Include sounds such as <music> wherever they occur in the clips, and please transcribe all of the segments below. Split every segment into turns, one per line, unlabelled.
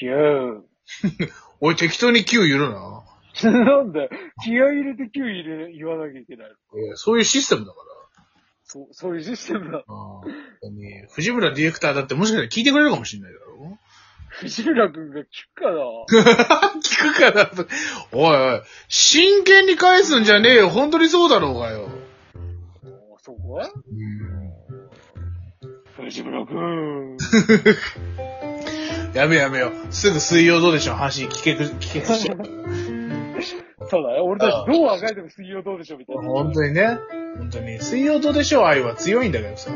9。
おい、適当に9言うな。
<laughs> なんだよ気合い入れて9入れ、言わなきゃいけないの。
えーそういうシステムだから。
そう、そういうシステムだ。
あー本当に藤村ディレクターだってもしかしたら聞いてくれるかもしれないだ <laughs> ろ
藤浦くんが聞くかな <laughs>
聞くから、おいおい、真剣に返すんじゃねえよ。本当にそうだろうがよ。
あそこは
うん
藤村く <laughs> ん。
やめようやめよう。すぐ水曜どうでしょう話聞けく、聞けく <laughs> しちゃうから。
そうだよ。俺たちどうあがいても水曜どうでしょうみたいな。
本当にね。本当に。水曜どうでしょう愛は強いんだけどさ。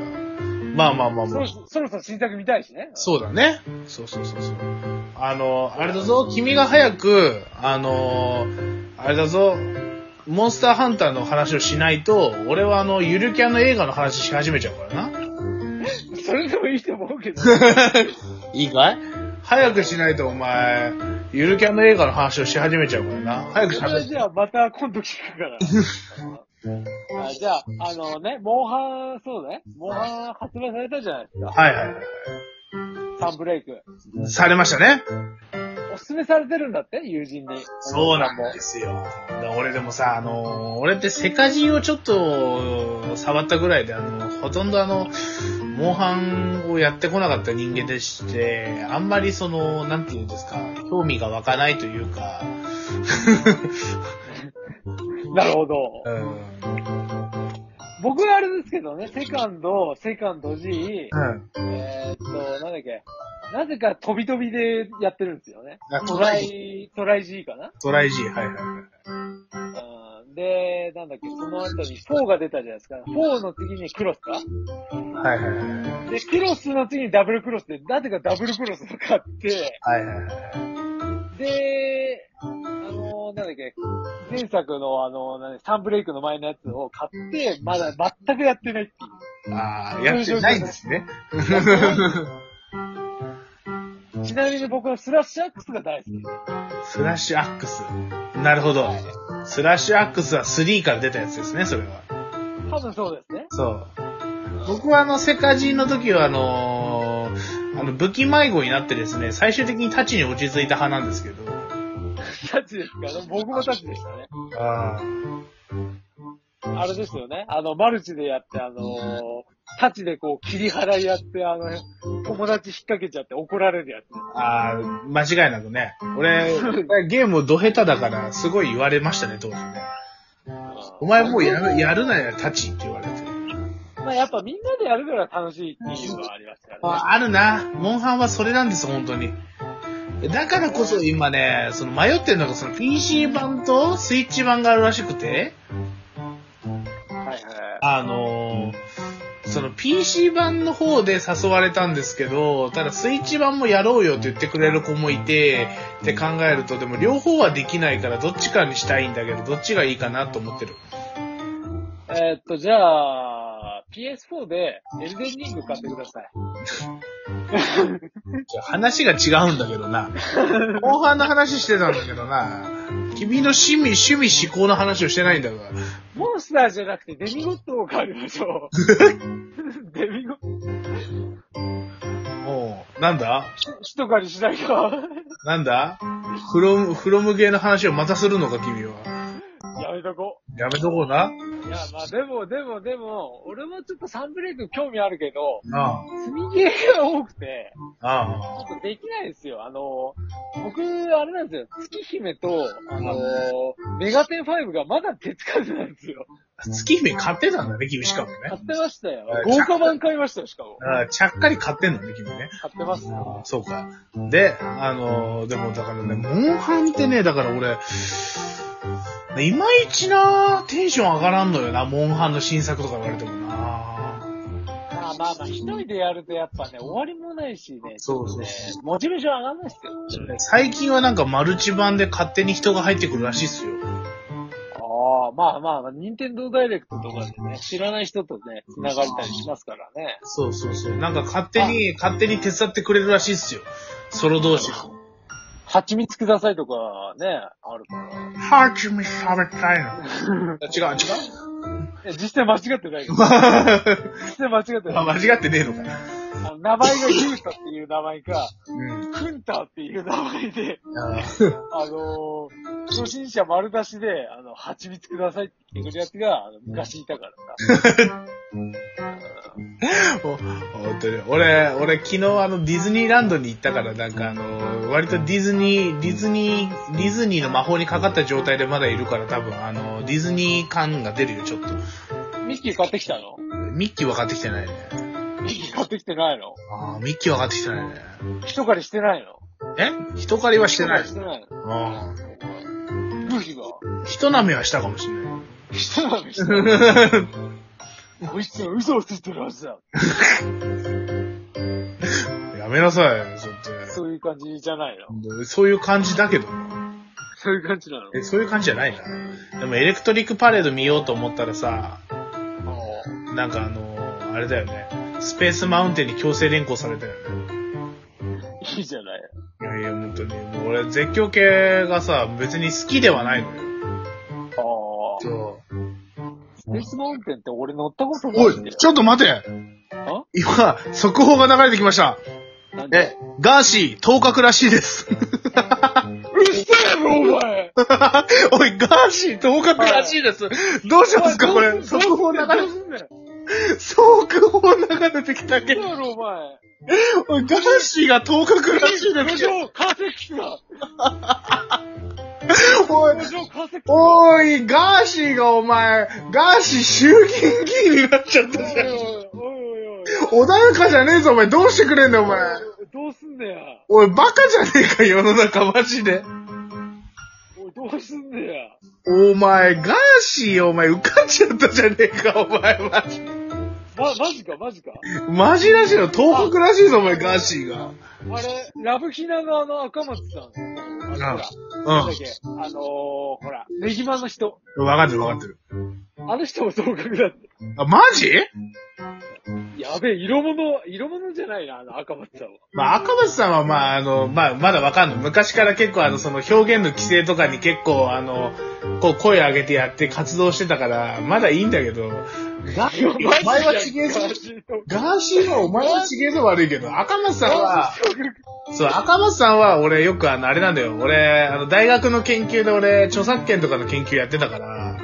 まあまあまあ
そ
まあ
ろ。そろそろ新作見たいしね。
そうだね。そうそうそうそう。あの、あれだぞ、君が早く、あの、あれだぞ、モンスターハンターの話をしないと、俺はあの、ゆるキャンの映画の話し始めちゃうからな。
それでもいいと思う <laughs> けど。
<laughs> いいかい早くしないとお前、ゆるキャンの映画の話をし始めちゃうからな。早くし
それ
始
じゃあまた今度聞くから。 <laughs> あじゃあ、あのね、モンハン、そうね。モンハン発売されたじゃないですか。
はいはいは
サンブレイク。
い。されましたね。
おすすめされてるんだって友人に。
そうなんですよ。だから俺でもさ、あのー、俺ってセカジンをちょっと触ったぐらいで、あの、ほとんどあの、モンハンをやってこなかった人間でして、あんまりその、なんていうんですか、興味が湧かないというか、 <laughs>
なるほど。
うん。
僕はあれですけどね、セカンド、セカンド G、
うん。
えーっと、なんだっけ。なぜか飛び飛びでやってるんですよね。
あ
トラ。イ、トライ G かな
トライ G、はいはいはい。
うんで、なんだっけ、その後に4が出たじゃないですか。4の次にクロスか
はいはいはい。
で、クロスの次にダブルクロスで、なぜかダブルクロスを買って、
はいはいはい。
で、あのなんだっけ、前作のあのなんだサンブレイクの前のやつを買って、まだ全くやってないってい
ああ、やってないんですね。
う。ちなみに僕はスラッシュアックスが大好き。
スラッシュアックス。なるほど。スラッシュアックスは3から出たやつですね、それは。
多分そうです <laughs> ね。
そう。僕はあの、セカジンの時はあのーあの、武器迷子になってですね、最終的に太刀に落ち着いた派なんですけど。
タッチですかね。僕もタッチでしたね。
ああ。
あれですよね。あの、マルチでやって、あのー、タッチでこう、切り払いやって、あの、友達引っ掛けちゃって怒られるやつ。
ああ、間違いなくね。 <laughs> 俺、ゲームド下手だから、すごい言われましたね、当時ね。お前もうやる、やるなよ、太刀って言われて。
まあやっぱみんなでやるから楽しいっていうのはありますからね。
ああるな。モンハンはそれなんです、本当に。だからこそ今ね、その迷ってるのが、その PC 版とスイッチ版があるらしくて。
はいはい。
あのーその PC 版の方で誘われたんですけど、ただスイッチ版もやろうよって言ってくれる子もいて、って考えると、でも両方はできないからどっちかにしたいんだけど、どっちがいいかなと思ってる。
えーっと、じゃあ、PS4 でエルデンリング買ってください。
話が違うんだけどな。後半の話してたんだけどな。君の趣味、趣味思考の話をしてないんだから。
モンスターじゃなくてデミゴットを買いまし
<laughs>
ょう。デミゴット、
もう、なんだ
一狩りし <laughs> ないか。
なんだフロム、フロムゲーの話をまたするのか、君は。
やめとこ。
やめとこうな。
いや、
<laughs>
まあでも、でも、でも、俺もちょっとサンブレイク興味あるけど、
あ
積みゲーが多くて、
あ、ああ、
ちょっとできないですよ。あの、僕、あれなんですよ。月姫と、あの、メガテン5がまだ手つかずなんですよ。
月姫買ってたんだね、君しかもね。
買ってましたよ
は。い
豪華版買いましたよ、しかも。
ああちゃっかり買ってんのね、君ね。
買ってます。
ああそうか。で、あのーでもだからね、モンハンってね、だから俺、いまいちな、テンション上がらんのよな、モンハンの新作とか言われてもな。
まあまあまあ、一人でやるとやっぱね、終わりもないしね。
そうそう
ねモチベーション上がんないっすよ。
最近はなんかマルチ版で勝手に人が入ってくるらしいっすよ。
ああ、まあまあまあ、任天堂ダイレクトとかでね、知らない人とね、繋がれたりしますからね。
そうそうそう。なんか勝手に、勝手に手伝ってくれるらしいっすよ。ソロ同士。
蜂蜜くださいとかね、あるから。
ハーチミ喋ったいの。 <laughs> 違う、違う。
え実際間違ってないけど。実際間違って
あ
ない。
間違ってねえのかな。
あの名前がユータっていう名前か、
うん。
クンタっていう名前で、
あ
あのー初心者丸出しで、あの、蜂蜜くださいって言ってくるやつが、あの昔いたからさ。
お本当に。俺、俺昨日あのディズニーランドに行ったから、なんかあの、割とディズニー、ディズニー、ディズニーの魔法にかかった状態でまだいるから多分、あの、ディズニー感が出るよ、ちょっと。
ミッキー買ってきたの
ミッキー分かってきてないね。
ミッキー買ってきてないの
ああ、ミッキー分かってきてないね。
人狩りしてないの
え人狩りはしてない
人。狩りして
あ
ないの武器が。
あ。人舐めはしたかもしれない。
人なの人な
<laughs>
のこいつは嘘をついてるはずだ。
やめなさい、そっ
そういう感じじゃないの
て。そういう感じだけど。
そういう感じなの
え、そういう感じじゃないな。でもエレクトリックパレード見ようと思ったらさ、なんかあのーあれだよね。スペースマウンテンに強制連行されたよね。
いいじゃない。
いやいや、本当に。もう俺、絶叫系がさ、別に好きではないのよ。
ああ。
そう。
スペースマウンテンって俺乗ったことない
お
んだ
い、
よ。
ちょっと待て
あ
今、速報が流れてきました。
なん
え、
で
ガーシー、当確らしい <laughs> です。
うっせえろ、お前
おい、ガーシー、当確らしいです。どうしますか、これ。速報流れ、
すんだよ。
速報流れてきたけ
ど
ど
う。やろ、お前。
おい、ガーシーが当確らしいですよ。
上、カーセックスが。
おい、
路上、カーセックスが。
おーい、ガーシーがお前、ガーシー衆議院議員になっちゃったじゃん。
おいおいおいおい。
穏やかじゃねえぞ、お前。どうしてくれんだよ、お前。
どうすんだよ。
おい、バカじゃねえか、世の中、マジで。
おい、どうすんだよ。
お前、ガーシー、お前、受かっちゃったじゃねえか、お前、マジ。
ま、マジか、マジか。
マジらしいよ、東北らしいぞ、お前、ガーシーが。
あれ、ラブヒナのあの赤松さん。あのほら、なんだっけ、あのー、ほら、ネギマの人。
うん。わかってる、わかってる。
あの人も同格だって。
あ、マジ
やべえ、色物、色物じゃないな、あの赤松さんは。
まあ、赤松さんは、まあ、あの、まあ、まだわかんない。昔から結構、あの、その表現の規制とかに結構、あの、こう、声上げてやって活動してたから、まだいいんだけど、ガお前はちげえぞ。ガーシーはお前はちげえぞ悪いけど、赤松さんは、そう、赤松さんは俺よくあの、あれなんだよ。俺、あの、大学の研究で俺、著作権とかの研究やってたから、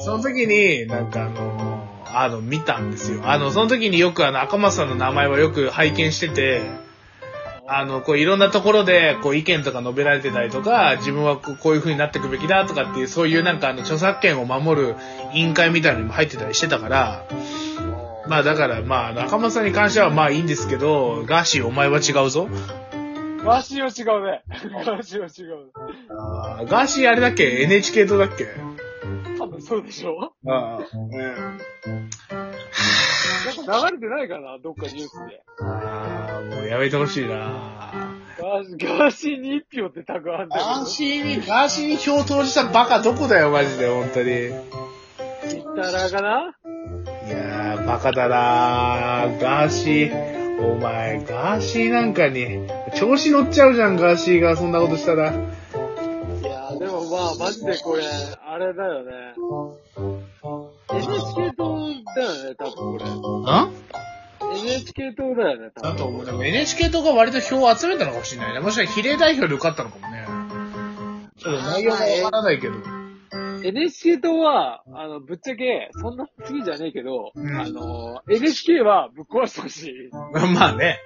その時に、なんかあの、あの、見たんですよ。あの、その時によくあの、赤松さんの名前はよく拝見してて、あの、こういろんなところで、こう意見とか述べられてたりとか、自分はこうこういう風になっていくべきだとかっていう、そういうなんかあの、著作権を守る委員会みたいなのにも入ってたりしてたから、まあだから、まあ、中松さんに関してはまあいいんですけど、ガーシーお前は違うぞ。
ガーシーは違うね。ガーシーは違う。
あーガーシーあれだっけ ?NHK 党だっけ
多分そうでしょ
ああ、
なんか流れてないかなどっかニュースで。
あーもうやめてほしいな
ガーシー、ガーシーに一票ってタグあんだ
ガー
け
シーに、ガーシーに票投じたバカどこだよ、マジで、本当に。い
ど。ツイッターかな
やー、バカだなーガーシー、お前、ガーシーなんかに、調子乗っちゃうじゃん、ガーシーがそんなことしたら。
いやー、でもまあ、マジでこれ、あれだよね。NHK 党だよね、多分こ
ん
れ。NHK 党だよね、多
だと
分。
思う。でも NHK とか割と票を集めたのかもしれないね。もしかしたら比例代表で受かったのかもね。ちょっと内容がわからないけど。
NHK 党は、あの、ぶっちゃけ、そんな好きじゃねえけど、
うん
あの、NHK はぶっ壊してほしい。
<laughs> まあね。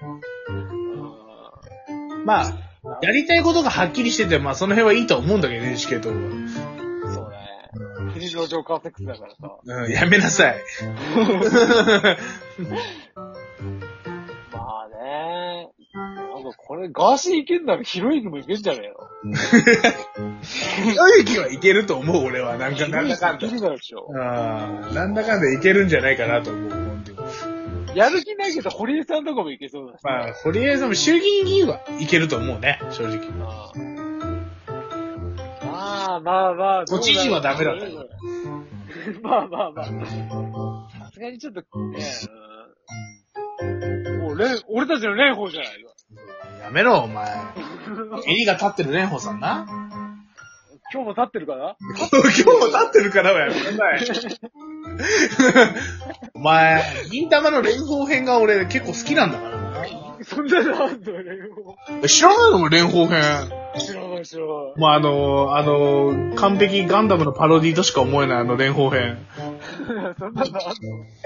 まあ、やりたいことがはっきりしてて、まあその辺はいいと思うんだけど、NHK とかは。
そうね。国の上カーセックスだからさ。
うん、やめなさ <laughs> い。
まあね。なんかこれ、ガーシーいけんならヒロインもいけんじゃねえの
ひろゆきはいけると思う、俺は。なんか、なんだかんだ
ヒロインいけ。るだろうでしょ。
あーなんだかんだいけるんじゃないかなと思う、本当に
やる気ないけど、堀江さんとかもいけそうだし。
まあ、堀江さんも衆議院議員はいけると思うね、正直。
うんまあまあまあ。
都知事はダメだったよ
まあまあまあ。さすがにちょっと、ね、うんもう、れん俺たちの蓮舫じゃない
やめろ、お前。襟が立ってるね、ほさんな。
今日も立ってるかな
今日も立ってるからはやめなさい。お前、銀玉の連邦編が俺結構好きなんだから
そんなのあんの連合。
知らないのも連邦編。
知らない知らない。
もうあの、あの、完璧ガンダムのパロディーとしか思えないあの連邦編。
そんなのあ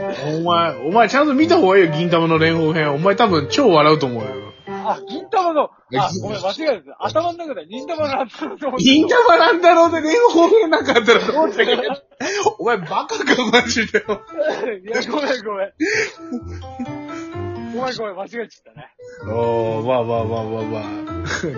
ん
お前、お前ちゃんと見た方がいいよ、銀玉の連邦編。お前多分超笑うと思うよ。
のあ、銀玉の、あ、ごめん、間違えた。頭の中で銀玉のあったのと思って
銀玉なんだろうで連邦編なんかあったらどうだけど。お前バカか、マジで。
いや、ごめんごめん。ごめんごめん、間違えちゃったね。
おー、わあわあわあわあわあ。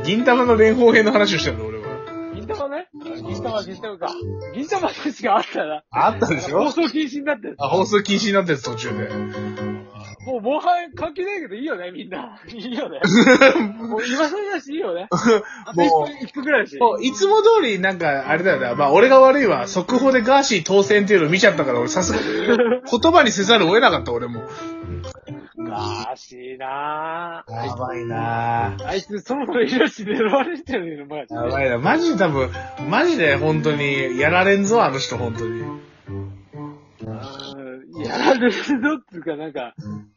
銀玉の連邦編の話をしてんの、俺は。
銀玉ね銀玉、銀玉か。銀玉の話があったな。
あったでし
放
ょ
送禁止になってる。
あ、放送禁止になってる途中 <laughs> で。
もう、もはや関係ないけどいいよね、みんな。いいよ
<laughs>
ね。もう今更だし、いいよね。あと1
もう
分、1分くらいだし。
もういつも通り、なんか、あれだよな。まあ、俺が悪いわ。速報でガーシー当選っていうのを見ちゃったから、俺さすが <laughs> に言葉にせざるを得なかった、俺も。
ガーシーなぁ。
やばいな
あいつ、そもそも命狙われてるよ、マジ
やばいなマジで多分、マジで本当に、やられんぞ、あの人、本当に。
で。やられるぞっていうか、なんか、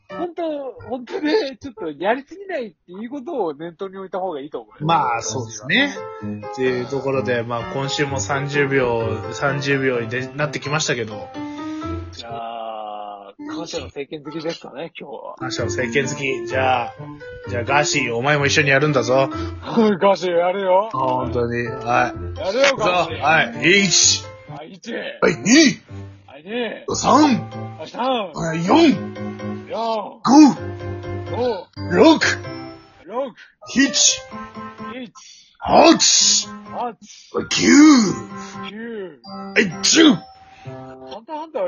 本当本当ね、ちょっとやりすぎないっていうことを念頭に置いた方がいいと思う。
まあ、そうですね。っていうところで、まあ、今週も30秒、30秒にでなってきましたけど、
じゃあ、感謝の政権好きですかね、今
<laughs>
日は。
明日の政権好き。じゃあ、じゃあ、ガーシー、お前も一緒にやるんだぞ。
ガーシー、やるよ。
本当に。はい。
やるよ、
さ
ガーシー。い。
あ、はい。1、
はい、1、
はい、2、
はい、2、
3、
はい、3、
4、5、
4、5、
6、
6、
7、
1、
8、
8、
9、
9、
10!
本当本当